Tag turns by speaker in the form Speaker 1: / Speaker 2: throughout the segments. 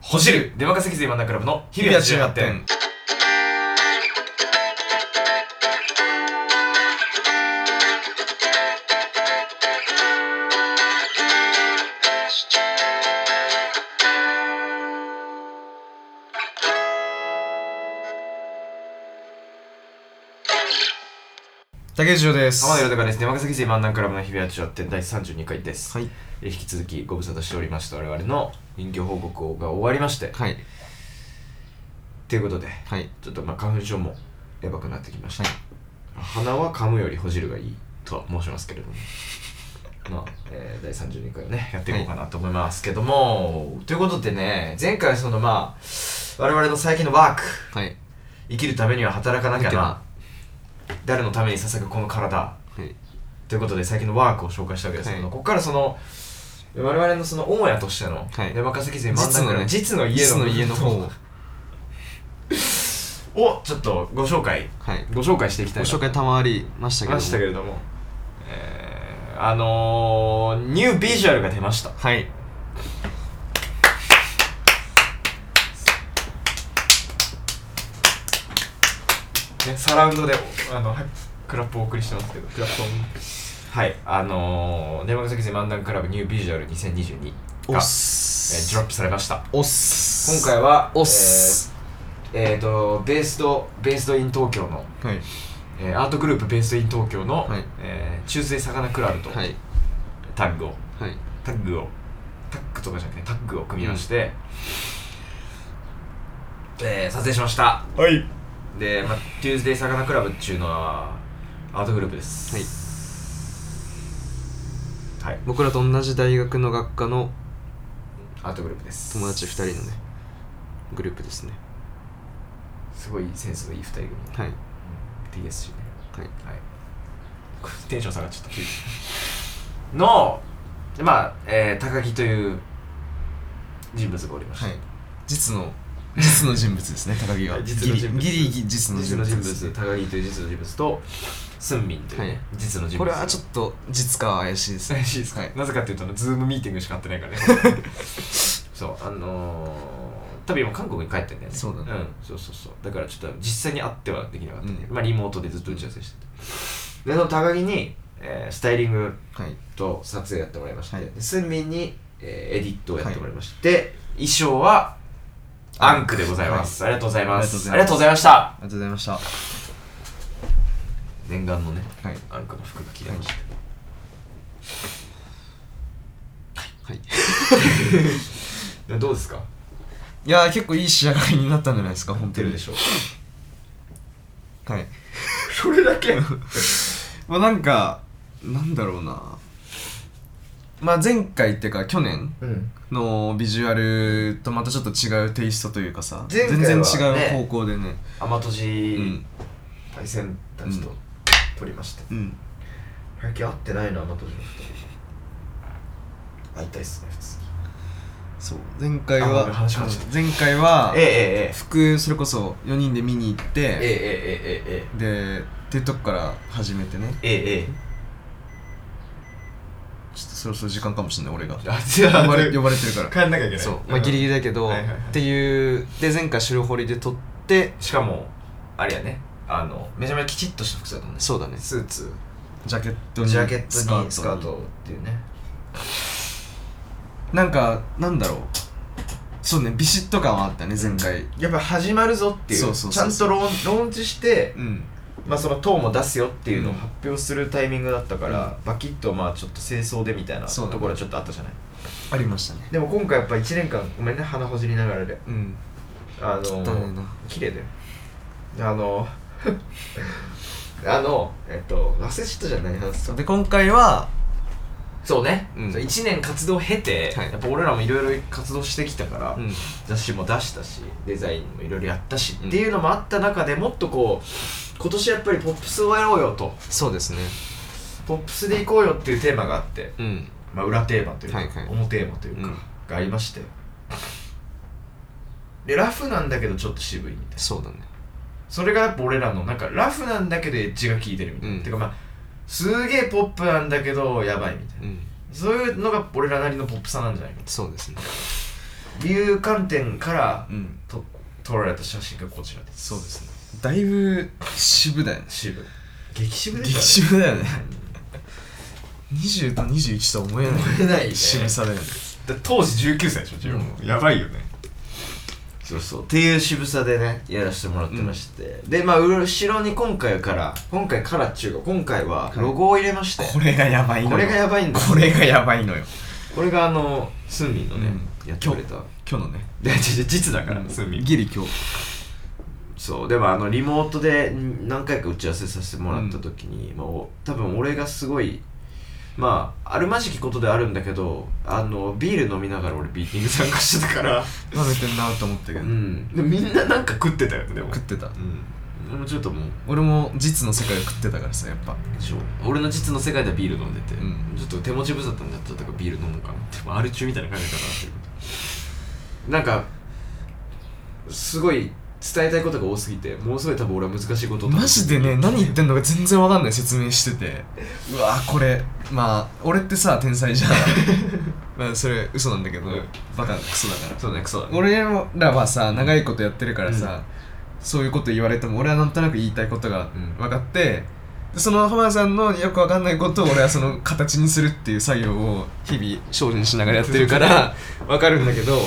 Speaker 1: ほじる出任せ絆漫談クラブの日々
Speaker 2: 々
Speaker 1: は
Speaker 2: は
Speaker 1: 中
Speaker 2: 中
Speaker 1: 学
Speaker 2: 学
Speaker 1: 点
Speaker 2: 点竹内です。
Speaker 1: 浜田豊です出任せ絆漫談クラブの日々は中学点第32回です、
Speaker 2: はい。
Speaker 1: えー引き続きご無沙汰しておりました我々の臨業報告が終わりまして
Speaker 2: はい。
Speaker 1: ということで
Speaker 2: はい。
Speaker 1: ちょっとまあ花粉症もやばくなってきました、
Speaker 2: はい
Speaker 1: 鼻は噛むよりほじるがいいとは申しますけれども まあ、えー、第32回をねやっていこうかなと思いますけども、ということでね前回そのまあ我々の最近のワーク
Speaker 2: はい。
Speaker 1: 生きるためには働かなきゃな
Speaker 2: は
Speaker 1: 誰のために捧ぐこの体
Speaker 2: はい。
Speaker 1: ということで最近のワークを紹介したわけですけど、
Speaker 2: はい
Speaker 1: ここからその我々のその母屋としての、
Speaker 2: はい
Speaker 1: 出任せ記事漫
Speaker 2: 実
Speaker 1: 談
Speaker 2: の
Speaker 1: の
Speaker 2: ね
Speaker 1: 実の家の
Speaker 2: 実の家の方を。
Speaker 1: をちょっとご紹介
Speaker 2: はい。
Speaker 1: ご紹介していきた
Speaker 2: ご
Speaker 1: いなと
Speaker 2: 紹介賜りましたけど。
Speaker 1: ましたけれども、えー、あのー、ニュービジュアルが出ました
Speaker 2: はい。
Speaker 1: ね、サラウンドであのはいクラップをお送りしてますけどクラップはいあのー、出任せ記事漫談クラブニュービジュアル2022
Speaker 2: お
Speaker 1: が
Speaker 2: っ、
Speaker 1: え
Speaker 2: す。
Speaker 1: ー、ドロップされました
Speaker 2: おっす。
Speaker 1: 今回は
Speaker 2: おっす。
Speaker 1: えーとベースドベースドイン東京の、
Speaker 2: はい。
Speaker 1: えーアートグループベースドイン東京の、
Speaker 2: はい
Speaker 1: えー中世魚クラブと
Speaker 2: はい。
Speaker 1: タッグを、
Speaker 2: はい。
Speaker 1: タッグをタッグとかじゃなくてタッグを組みまして、えー撮影しました
Speaker 2: はい。
Speaker 1: で、まあ、トゥーズデイサカナクラブっていうのはアートグループですはい、
Speaker 2: 僕らと同じ大学の学科の
Speaker 1: アートグループです
Speaker 2: 友達2人のね、グループですね。
Speaker 1: すごいセンスのいい2人組、
Speaker 2: はい。
Speaker 1: うん、TSC ね
Speaker 2: はい。
Speaker 1: はいこれテンション下がっちゃった急に のでまあ、えー高木という人物がおりました、
Speaker 2: はい、実の実の人物ですね高木 は
Speaker 1: 実の人物
Speaker 2: ギリギリギリ実の
Speaker 1: 実
Speaker 2: 人
Speaker 1: の
Speaker 2: 物で
Speaker 1: 人物
Speaker 2: す
Speaker 1: 高木という実の人物とスンミンというね、
Speaker 2: はい
Speaker 1: 実の人物
Speaker 2: これはちょっと実かは怪しいですね
Speaker 1: 怪しいですか、
Speaker 2: はい
Speaker 1: なぜかっていうとあのズームミーティングしか会ってな いからねそうあのー、多分今韓国に帰ってんだよね
Speaker 2: そうだね
Speaker 1: ん、そうそうそうだからちょっと実際に会ってはできなかったね、
Speaker 2: うん
Speaker 1: まあリモートでずっと打ち合わせしててでその高木に、えースタイリング
Speaker 2: はい
Speaker 1: と撮影やってもらいまして、
Speaker 2: はい
Speaker 1: でスンミンに、えーエディットをやってもらいまして、衣装はアンクでございます、ありがとうございますあ
Speaker 2: あ
Speaker 1: り
Speaker 2: り
Speaker 1: が
Speaker 2: が
Speaker 1: と
Speaker 2: と
Speaker 1: うございました
Speaker 2: ありがとうございましたは
Speaker 1: 念願のね
Speaker 2: い
Speaker 1: アンクの服が着れました、
Speaker 2: はい
Speaker 1: でどうですか
Speaker 2: いやー結構いい仕上がりになったんじゃないですか本当に
Speaker 1: ょ
Speaker 2: はい
Speaker 1: それだけ
Speaker 2: まあなんかなんだろうなまあ前回っていうか去年
Speaker 1: うん
Speaker 2: のビジュアルとまたちょっと違うテイストというかさ、
Speaker 1: 前回は
Speaker 2: 全
Speaker 1: ね
Speaker 2: 然違う方向でね
Speaker 1: 天と
Speaker 2: う
Speaker 1: じ
Speaker 2: ん
Speaker 1: 対戦たちと
Speaker 2: うん
Speaker 1: 取りまして
Speaker 2: うん
Speaker 1: 最近会ってないな天とじの二人会いたいっすね普通に
Speaker 2: そう前回
Speaker 1: あご
Speaker 2: は
Speaker 1: めん話変わっちゃった
Speaker 2: 前回は
Speaker 1: ええええ
Speaker 2: 服それこそ4人で見に行っ
Speaker 1: え
Speaker 2: て
Speaker 1: ええええええ
Speaker 2: でっていうとこから始めてね
Speaker 1: ええええ
Speaker 2: ちょっとそろそろ時間かもしれない俺が
Speaker 1: あじゃあ
Speaker 2: 呼ばれ呼ばれてるから
Speaker 1: 帰んなきゃいけない
Speaker 2: そうまあギリギリだけど、
Speaker 1: はいはいはい
Speaker 2: っていうで前回白堀で撮って
Speaker 1: しかもあれやねあのめちゃめちゃきちっとした服だったもんね
Speaker 2: そうだね
Speaker 1: スーツ
Speaker 2: ジャケットに
Speaker 1: ジャケットにスカートっていうね
Speaker 2: なんかなんだろうそうねビシッと感はあったね前回
Speaker 1: やっぱ始まるぞってい
Speaker 2: そううそう
Speaker 1: ち
Speaker 2: そ
Speaker 1: ゃ
Speaker 2: うん
Speaker 1: とローンローンチして
Speaker 2: うん
Speaker 1: まあその党も出すよっていうのを
Speaker 2: うん
Speaker 1: 発表するタイミングだったから、バキッとまあちょっと清掃でみたいな
Speaker 2: そう
Speaker 1: と
Speaker 2: だね
Speaker 1: ころはちょっとあったじゃない、
Speaker 2: ありましたね
Speaker 1: でも今回やっぱ1年間ごめんね鼻ほじりながらで
Speaker 2: うん
Speaker 1: あの
Speaker 2: 汚いな
Speaker 1: 綺麗だよあの あのえっと忘れちゃったじゃない話す
Speaker 2: そう
Speaker 1: か
Speaker 2: で今回は
Speaker 1: そうね、
Speaker 2: うん
Speaker 1: そう1年活動を経て、
Speaker 2: はい
Speaker 1: やっぱ俺らもいろいろ活動してきたから、
Speaker 2: うん
Speaker 1: 雑誌も出したしデザインもいろいろやったし、っていうのもあった中でもっとこう今年やっぱりポップスをやろうよと
Speaker 2: そうですね
Speaker 1: ポップスで行こうよっていうテーマがあって、
Speaker 2: うん
Speaker 1: まあ、裏テーマというか、
Speaker 2: はいはい
Speaker 1: 表テーマというか、
Speaker 2: うん
Speaker 1: がありましてでラフなんだけどちょっと渋いみたいな
Speaker 2: そうだね
Speaker 1: それがやっぱ俺らのなんかラフなんだけどエッジが効いてるみたいな、
Speaker 2: うん
Speaker 1: てかまあすげえポップなんだけどやばいみたい
Speaker 2: う
Speaker 1: な、
Speaker 2: ん
Speaker 1: そういうのが俺らなりのポップさなんじゃないか
Speaker 2: そうですね
Speaker 1: いう観点から
Speaker 2: うん
Speaker 1: と撮られた写真がこちらです
Speaker 2: そうですねだいぶ渋だよね
Speaker 1: 渋激渋で
Speaker 2: 激
Speaker 1: し
Speaker 2: 渋 だよね
Speaker 1: たね
Speaker 2: 20と21とは思えない
Speaker 1: 思えないね
Speaker 2: 渋さだよね
Speaker 3: だ当時19歳でしょ自分も、やばいよね
Speaker 1: そうそうっていう渋さでねやらせてもらってまして、でまあ後ろに今回から今回からっていうか今回はロゴを入れまして、
Speaker 2: これがやばいのよ
Speaker 1: これがやばいんです
Speaker 2: これがやばいのよ
Speaker 1: これがあのスンミンのね、
Speaker 2: うん
Speaker 1: やってくれた
Speaker 2: 今日のね
Speaker 1: でじじ実だから、
Speaker 3: スミ
Speaker 2: ギリ今日
Speaker 1: そうでもあのリモートでん何回か打ち合わせさせてもらった時に、まあ、お多分俺がすごいまああるまじきことであるんだけどあのビール飲みながら俺ビーティング参加してたから、
Speaker 2: 舐めてんなと思ったけ
Speaker 1: う
Speaker 2: ど、
Speaker 1: ん、でみんななんか食ってたよねでも
Speaker 2: 食ってた
Speaker 3: うん
Speaker 1: 俺もちょっともう
Speaker 2: 俺も実の世界を食ってたからさやっぱ
Speaker 1: でしょ俺の実の世界ではビール飲んでて、
Speaker 2: うん
Speaker 1: ちょっと手持ち無沙汰になっちゃったからビール飲もうかなってまあアル中みたいな感じだからっていうことなんかすごい伝えたいことが多すぎてものすごい多分俺は難しいことを多分
Speaker 2: マジでね何言ってんのか全然わかんない説明してて うわーこれまあ俺ってさ天才じゃん まあそれ嘘なんだけど、
Speaker 1: うん
Speaker 2: バカなクソだから
Speaker 1: そうだねクソだね
Speaker 2: 俺らはさ長いことやってるからさ、そういうこと言われても俺はなんとなく言いたいことが
Speaker 1: うん
Speaker 2: 分かって、でその浜田さんのよく分かんないことを俺はその形にするっていう作業を日々精進しながらやってるから 分かるんだけど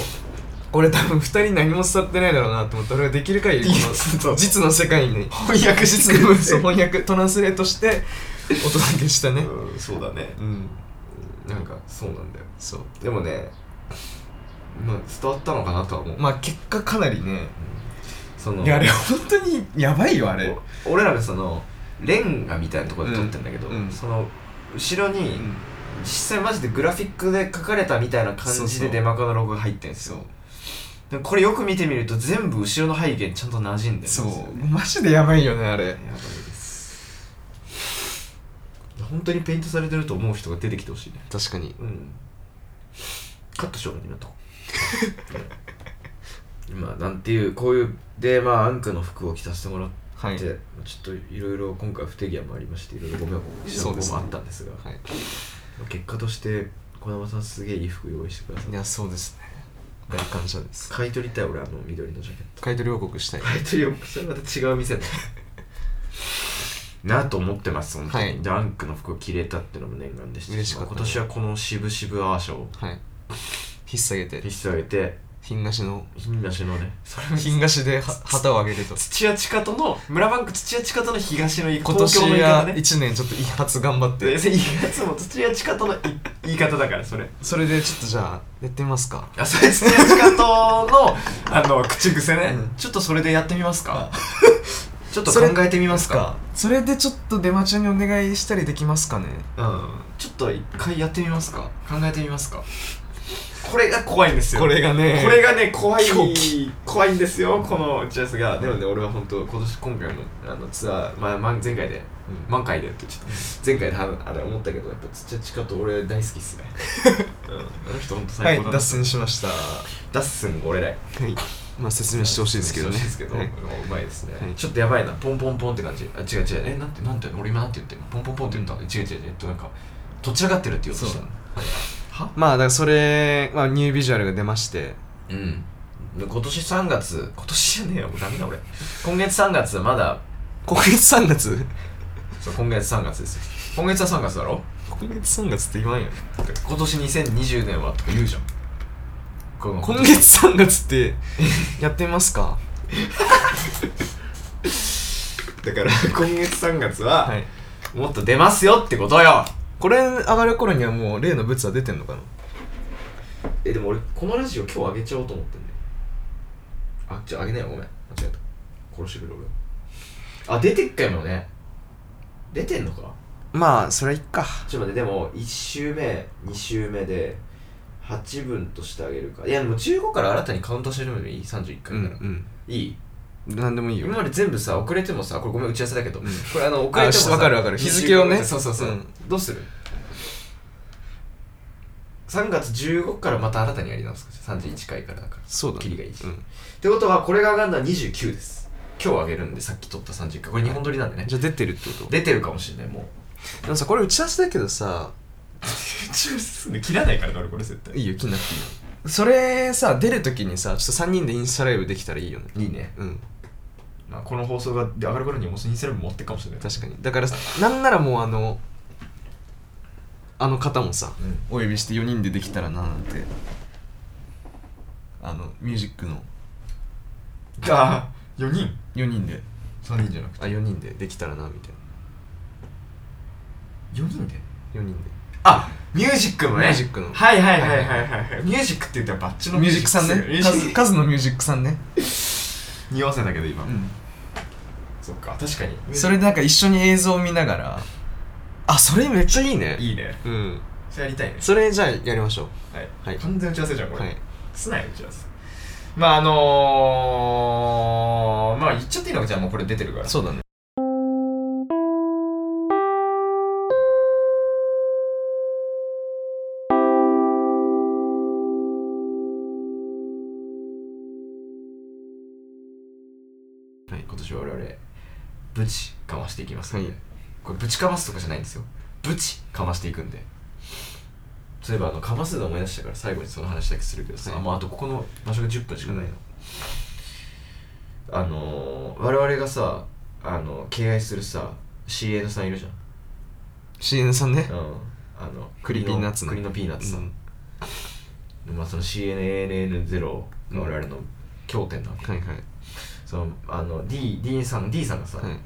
Speaker 2: 俺多分2人何も伝わってないだろうなと思って俺はできる限りこ
Speaker 3: いやそ
Speaker 2: の
Speaker 3: う
Speaker 2: 実の世界に
Speaker 3: 翻訳し
Speaker 2: 実の そう翻訳トランスレートしてお届けしたね
Speaker 3: うんそうだね
Speaker 2: うん
Speaker 1: なんかそうなんだよ
Speaker 2: そう
Speaker 1: でもねまあ伝わったのかなとは思う、
Speaker 2: まあ結果かなりね
Speaker 1: その
Speaker 2: いやあれ本当にやばいよあれ
Speaker 1: お俺らがそのレンガみたいなところで撮ってんだけど、
Speaker 2: うんうん
Speaker 1: その後ろに、
Speaker 2: うん
Speaker 1: 実際マジでグラフィックで書かれたみたいな
Speaker 2: そ
Speaker 1: 感
Speaker 2: う
Speaker 1: じ
Speaker 2: そ
Speaker 1: で
Speaker 2: う
Speaker 1: デマカのロゴが入ってんすよでもこれよく見てみると全部後ろの背景にちゃんと馴染んでるんです
Speaker 2: そ
Speaker 1: よ、
Speaker 2: う
Speaker 1: ね、や、
Speaker 2: マジでやばいよね、あれ。
Speaker 1: ばいです本当にペイントされてると思う人が出てきてほしいね
Speaker 2: 確かに。
Speaker 1: うんカットしようね 今のとこまあなんていうこういうでまあアンクの服を着させてもらって、
Speaker 2: はい。
Speaker 1: ちょっといろいろ今回不手際もありましていろいろご迷惑をおかけした
Speaker 2: そう
Speaker 1: こ
Speaker 2: で
Speaker 1: と
Speaker 2: すね
Speaker 1: もあったんですが
Speaker 2: はい、
Speaker 1: 結果として児玉さんすげえいい服用意してくださっ
Speaker 2: い
Speaker 1: て
Speaker 2: や、そうですね。大感謝です。
Speaker 1: 買い取りたい俺あの緑のジャケット
Speaker 2: 買い取り報告したい。
Speaker 1: 買い取りをそれまた違う店だ なあと思ってます本当に、
Speaker 2: はい
Speaker 1: でアンクの服を着れたってのも念願でした
Speaker 2: 嬉しかった
Speaker 1: 今年はこの渋々アーシャを
Speaker 2: はい。ひっさげて
Speaker 1: 引、き下げて
Speaker 2: 品なしの、
Speaker 1: 品なしのね
Speaker 2: 品なしでは旗を上げると。
Speaker 1: 土屋千との村バンク土屋千との東の
Speaker 2: 今
Speaker 1: 東京の
Speaker 2: 年
Speaker 1: 言い方
Speaker 2: は
Speaker 1: ね
Speaker 2: 一年ちょっと一発頑張っ
Speaker 1: で
Speaker 2: て。
Speaker 1: でいつも土屋千とのい言い方だからそれ
Speaker 2: それでちょっとじゃあ、やってみますか。
Speaker 1: あそ れ土屋千とのあの口癖ね、
Speaker 2: うん
Speaker 1: ちょっとそれでやってみま すかちょっと考
Speaker 2: それ
Speaker 1: えてみますか
Speaker 2: それでちょっと出待ちにお願いしたりできますかね
Speaker 1: うんちょっと一回やってみますか考えてみますかこれが怖いんですよ
Speaker 2: これがね、
Speaker 1: これがね怖い
Speaker 2: 狂
Speaker 1: 怖いんですよこのジャスがでもね俺は本当今年今回もあのツアー、まあ、ま前回で、
Speaker 2: うん
Speaker 1: 満開でってちょっと前回でああれ思ったけどやっぱ土屋千佳と俺大好きっ すね、うん、あの人本当
Speaker 2: は
Speaker 1: 最
Speaker 2: い
Speaker 1: 高、だ
Speaker 2: 脱線しました。は
Speaker 1: ダッスン俺ら
Speaker 2: い。まあ説明してほしいですけどね。
Speaker 1: してほしいですけど、
Speaker 2: はい
Speaker 1: もううまいですね、
Speaker 2: はい
Speaker 1: ちょっとやばいなポンポンポンって感じあ違う違うえなんてなんて俺今なんて言ってんのポンポンポンって言った、違う違う違うえっとなんかどちらかってるって言おうとしたのは
Speaker 2: まあだからそれ、まあ、ニュービジュアルが出まして
Speaker 1: うんで今年3月今年じゃねえよもうダメだ俺今月3月はまだ
Speaker 2: 今月3月
Speaker 1: そう今月3月ですよ今月は3月だろ
Speaker 2: 今月3月って言わんよ
Speaker 1: 今年2020年はとか言うじゃんこの
Speaker 2: 今月3月ってやってみますか
Speaker 1: だから今月3月は、
Speaker 2: はい
Speaker 1: もっと出ますよってことよ
Speaker 2: これ上がる頃にはもう例のブツは出てんのかな
Speaker 1: えでも俺このラジオ今日あげちゃおうと思ってんだよあじゃああげないよごめん間違えた殺してくれ俺あ出てっかもね出てんのか
Speaker 2: まあそれはいっか
Speaker 1: ちょっと待ってでも1週目2週目で8分としてあげるかいやでも15から新たにカウントしてるのでいい31
Speaker 2: う
Speaker 1: 回
Speaker 2: ん
Speaker 1: から、いい
Speaker 2: うんなんでもいいよ
Speaker 1: 今まで全部さ遅れてもさこれごめん打ち合わせだけど、
Speaker 2: うん
Speaker 1: これあの遅れて
Speaker 2: あ
Speaker 1: も
Speaker 2: し
Speaker 1: さ
Speaker 2: わかるわかる
Speaker 1: 20
Speaker 2: 日付をね
Speaker 1: そうそうそう、
Speaker 2: うん
Speaker 1: どうする3月15からまた新たにやり直すか31回からだから
Speaker 2: そうだね
Speaker 1: 切りがいいし、
Speaker 2: う
Speaker 1: っ
Speaker 2: ん、
Speaker 1: てことはこれが上がるのは29です今日上げるんでさっき撮った31回これ2本撮りなんでね
Speaker 2: じゃあ出てるってこと
Speaker 1: 出てるかもしれないもう
Speaker 2: でもさこれ打ち合わせだけどさ
Speaker 3: 中すんで切らないからな俺これ絶対
Speaker 2: いいよ気になっていいよそれさ出るときにさちょっと3人でインスタライブできたらいいよね
Speaker 1: いいね、
Speaker 2: うん
Speaker 3: まあ、この放送が上がる頃にはもうインスタライブ持ってくかもしれない
Speaker 2: 確かにだからなんならもうあのあの方もさ
Speaker 1: う
Speaker 2: お
Speaker 1: ん、
Speaker 2: 呼びして4人でできたらななんてあのミュージックの
Speaker 3: ああ4人
Speaker 2: 4人で
Speaker 3: 3人じゃなくて
Speaker 2: あ4人でできたらなみたい
Speaker 3: 4人で
Speaker 2: な4人で
Speaker 3: あミュージックのね
Speaker 2: ミュージックの
Speaker 3: はいはいはいはいはいはいミュージックって言ったらバッチの
Speaker 2: ミュージックさん
Speaker 3: ミュ
Speaker 2: ね
Speaker 3: ー
Speaker 2: カ
Speaker 3: ジッ
Speaker 2: ズ
Speaker 3: ク
Speaker 2: カズのミュージックさんね
Speaker 3: 匂わせたけど今、
Speaker 2: うん
Speaker 3: そっか確かに
Speaker 2: それでなんか一緒に映像を見ながらあそれめっちゃいいね
Speaker 3: いいね
Speaker 2: うん
Speaker 3: それやりたいね
Speaker 2: それじゃあやりましょ
Speaker 3: はい、
Speaker 2: はい
Speaker 3: 完全打ち合わせじゃん
Speaker 2: う
Speaker 3: これ、
Speaker 2: はい
Speaker 3: すなよ打ち合わせまああのー、まあ言っちゃっていいのかじゃあもうこれ出てるから
Speaker 2: そうだね
Speaker 1: はい、今年は我々ぶちかましていきます
Speaker 2: は
Speaker 1: の
Speaker 2: い
Speaker 1: で、これぶちかますとかじゃないんですよぶちかましていくんでそういえばあのかますの思い出したから最後にその話だけするけどさ、
Speaker 2: はい
Speaker 1: もうあとここの場所が10分しかないの、あのー、我々がさあの敬愛するさ CN さんいるじゃん
Speaker 2: CN さんね
Speaker 1: うん、あの
Speaker 2: クリピーナッツの
Speaker 1: 栗のピーナッツさ
Speaker 2: うん
Speaker 1: ん、まあ、その CNANN0 が我々の経典なわけ、
Speaker 2: はいはい
Speaker 1: そのあの D, D さん D さんがさ、
Speaker 2: はい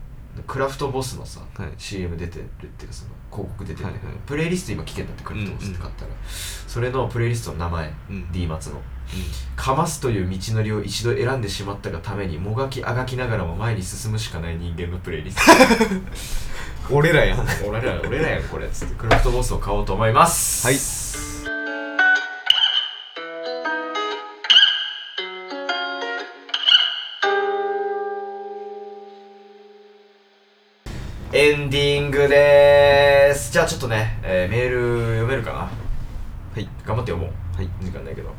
Speaker 1: クラフトボスのさ、
Speaker 2: はい
Speaker 1: CM 出てるっていうかその広告出てるんだけど、
Speaker 2: はいはい
Speaker 1: プレイリスト今聞けんだってクラフトボスって買ったら、それのプレイリストの名前、
Speaker 2: うん
Speaker 1: D 松の
Speaker 2: うん
Speaker 1: かますという道のりを一度選んでしまったがためにもがきあがきながらも前に進むしかない人間のプレイリス ト
Speaker 2: 俺らやん
Speaker 1: 俺ら俺らやんこれっつってクラフトボスを買おうと思います
Speaker 2: はい
Speaker 1: エンディングでーすじゃあちょっとね、えーメール読めるかな
Speaker 2: はい
Speaker 1: 頑張って読もう
Speaker 2: はい
Speaker 1: 時間ないけど、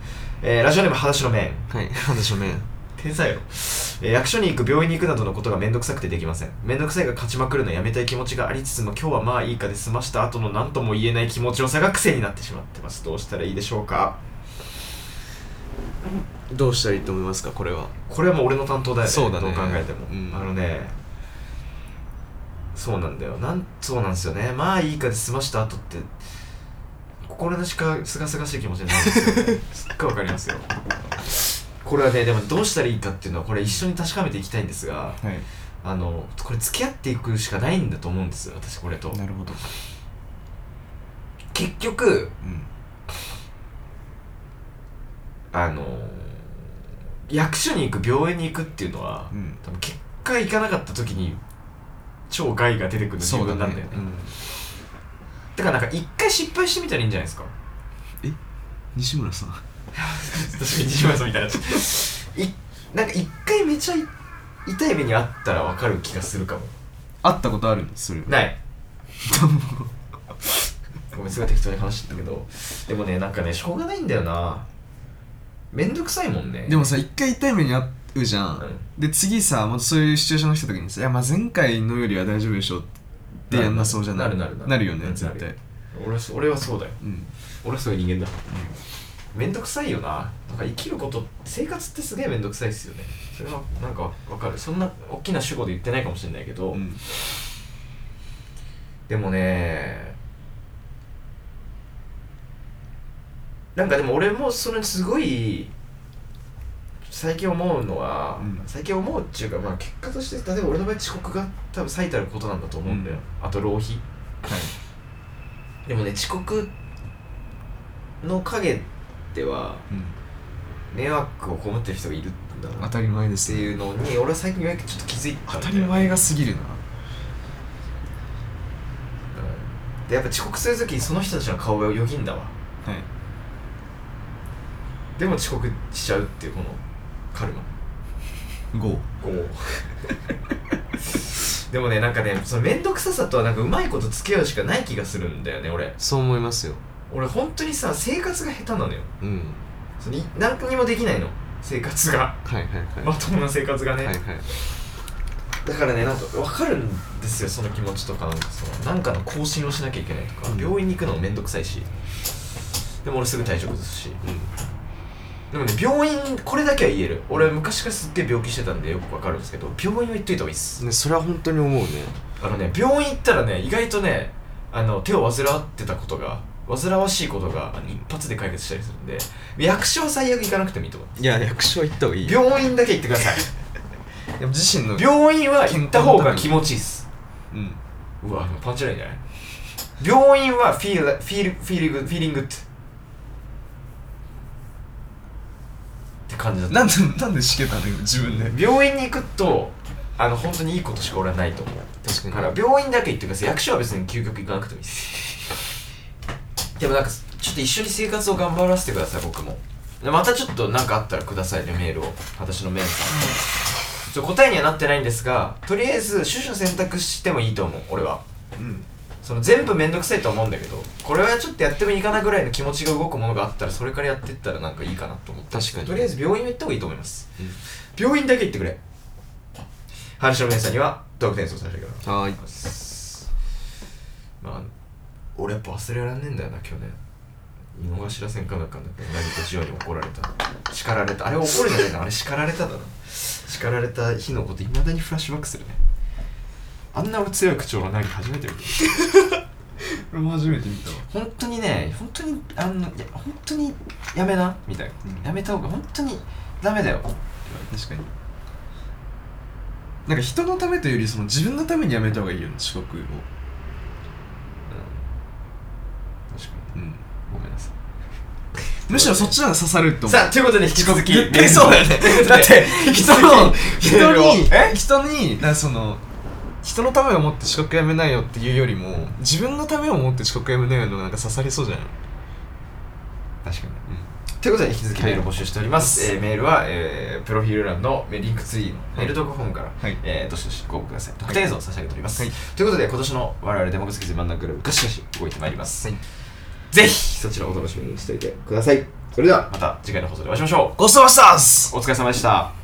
Speaker 1: えーラジオネーム裸足の面
Speaker 2: はい なんでしょうね
Speaker 1: 天才よ、えー役所に行く病院に行くなどのことがめんどくさくてできませんめんどくさいが勝ちまくるのやめたい気持ちがありつつも今日はまあいいかで済ました後の何とも言えない気持ちよさが癖になってしまってますどうしたらいいでしょうか
Speaker 2: どうしたらいいと思いますかこれは
Speaker 1: これはもう俺の担当だよね
Speaker 2: そうだね
Speaker 1: どう考えても、
Speaker 2: うん
Speaker 1: あのねそうなんだよなんそうなんですよねまあいいかで済ました後って心なしかすがすがしい気持ちになるんですよねすっごいわかりますよこれはねでもどうしたらいいかっていうのはこれ一緒に確かめていきたいんですが
Speaker 2: はい
Speaker 1: あのこれ付き合っていくしかないんだと思うんですよ私これと
Speaker 2: なるほど
Speaker 1: 結局
Speaker 2: うん
Speaker 1: あの役所に行く病院に行くっていうのは
Speaker 2: うん
Speaker 1: 多分結果行かなかった時に超害が出てくる自
Speaker 2: そう
Speaker 1: 分
Speaker 2: だ
Speaker 1: なんだ
Speaker 2: ねう
Speaker 1: よね
Speaker 2: ん
Speaker 1: だからなんか一回失敗してみたらいいんじゃないですか
Speaker 2: 西村さん
Speaker 1: 確かに西村さんみたい ないなんか一回めちゃ痛い目にあったら分かる気がするかも
Speaker 2: 会ったことあるそれ
Speaker 1: ない ごめんすごい適当に話してたけどでもねなんかねしょうがないんだよなめんどくさいもんね
Speaker 2: でもさ一回痛い目に遭うじゃん、
Speaker 1: う
Speaker 2: で次さまたそういうシチュエーションが来た時にさ「いやまあ前回のよりは大丈夫でしょ」ってやんなそうじゃない
Speaker 1: なるなるなる
Speaker 2: なるよね
Speaker 1: うん
Speaker 2: 絶
Speaker 1: な
Speaker 2: 対
Speaker 1: る俺はそ俺はそうだよ
Speaker 2: うん
Speaker 1: 俺はそういう人間だめんどくさいよななんか生きること生活ってすげえめんどくさいっすよねそれはなんかわかるそんな大きな主語で言ってないかもしれないけど、
Speaker 2: うん
Speaker 1: でもねなんかでも俺もそれすごい最近思うのは、
Speaker 2: うん
Speaker 1: 最近思うっていうか、まあ、結果として例えば俺の場合遅刻が多分最たることなんだと思うんだよ、あと浪費
Speaker 2: はい
Speaker 1: でもね遅刻の陰では
Speaker 2: うん
Speaker 1: 迷惑を被ってる人がいるんだな
Speaker 2: 当
Speaker 1: った
Speaker 2: り前です
Speaker 1: て
Speaker 2: ね
Speaker 1: いうのに俺は最近ようやくちょっと気づいた
Speaker 2: 当
Speaker 1: んだ
Speaker 2: た
Speaker 1: よ
Speaker 2: り前がすぎるな
Speaker 1: うんでやっぱ遅刻する時にその人たちの顔がよぎんだわ
Speaker 2: はい
Speaker 1: でも遅刻しちゃうっていうこのカルマ
Speaker 2: 5
Speaker 1: でもねなんかねその面倒くささとはなんかうまいこと付き合うしかない気がするんだよね俺
Speaker 2: そう思いますよ
Speaker 1: 俺本当にさ生活が下手なのよ
Speaker 2: うん
Speaker 1: そのい何にもできないの生活が
Speaker 2: はいはいはい、
Speaker 1: まともな生活がね、
Speaker 2: はいはい
Speaker 1: だからねなんか分かるんですよその気持ちとかなんかそのなんかの更新をしなきゃいけないとか、
Speaker 2: うん
Speaker 1: 病院に行くのも面倒くさいしでも俺すぐ退職するし
Speaker 2: う
Speaker 1: でもね病院これだけは言える俺昔からすっげえ病気してたんでよくわかるんですけど病院は行っといた方がいいっす
Speaker 2: ね、それは本当に思うね
Speaker 1: あのね病院行ったらね意外とねあの手を煩わってたことが煩わしいことがあの一発で解決したりするんで役所は最悪行かなくてもいいと思う
Speaker 2: いや役所は行った方がいいよ
Speaker 1: 病院だけ行ってくだ さい
Speaker 2: でも自身の
Speaker 1: 病院は行った方が気持ちいいっす
Speaker 2: うん
Speaker 1: うわパンチラインじゃない病院はフィールフィールフィーリングフィーリングってって感じだった
Speaker 2: なんでなんでしけたのよ自分で
Speaker 1: 病院に行くとあの本当にいいことしか俺はないと思う
Speaker 2: 確か
Speaker 1: だ
Speaker 2: に
Speaker 1: から病院だけ行ってください役所は別に究極行かなくてもいいです でもなんかちょっと一緒に生活を頑張らせてください僕もでまたちょっと何かあったらくださいねメールを私のメールさんちょっと答えにはなってないんですがとりあえず種々選択してもいいと思う俺は
Speaker 3: うん
Speaker 1: その全部めんどくさいと思うんだけどこれはちょっとやってもいいかなぐらいの気持ちが動くものがあったらそれからやってったらなんかいいかなと思って
Speaker 2: 確かに
Speaker 1: とりあえず病院は行った方がいいと思います、
Speaker 2: うん
Speaker 1: 病院だけ行ってくれ話の皆さんにはドクテンスを差し上げます
Speaker 2: はーい
Speaker 1: まあ俺やっぱ忘れられねえんだよな去年井の頭線かなんかの何とジオに怒られた叱られたあれ怒るんじゃないなあれ叱られただな叱られた日のこといまだにフラッシュバックするねあんな俺強い口調の何初めて見た
Speaker 2: 俺も初めて見たわ
Speaker 1: 本当にね本当にあのいや本当にやめなみたいな、
Speaker 2: うん
Speaker 1: やめた方が本当にダメだよ
Speaker 2: 確かになんか人のためというよりその自分のためにやめた方がいいよね遅刻を
Speaker 1: 確か
Speaker 2: うん
Speaker 1: にごめんなさい
Speaker 2: むしろそっちの方が刺さると思う
Speaker 1: さあということで引き続き
Speaker 2: 絶対そうだ よねだって人の人
Speaker 1: メールを
Speaker 2: に
Speaker 1: え
Speaker 2: 人になその人のためを思って遅刻やめないよっていうよりも自分のためを思って遅刻やめないよのがなんか刺さりそうじゃない
Speaker 1: 確かに、ということで引き続きメールを募集しております、えーメールは、えープロフィール欄のリンクツイーのメールドックフォームから、
Speaker 2: はい
Speaker 1: えーどしどしご応募ください特定映像を差し上げております、ということで今年の我々デモクスキズ真ん中グループガシガシ動いてまいります、
Speaker 2: はい
Speaker 1: ぜひそちらをお楽しみにしておいてくださいそれではまた次回の放送でお会いしましょ
Speaker 2: ゴーストバスターズ
Speaker 1: うお疲れ様でした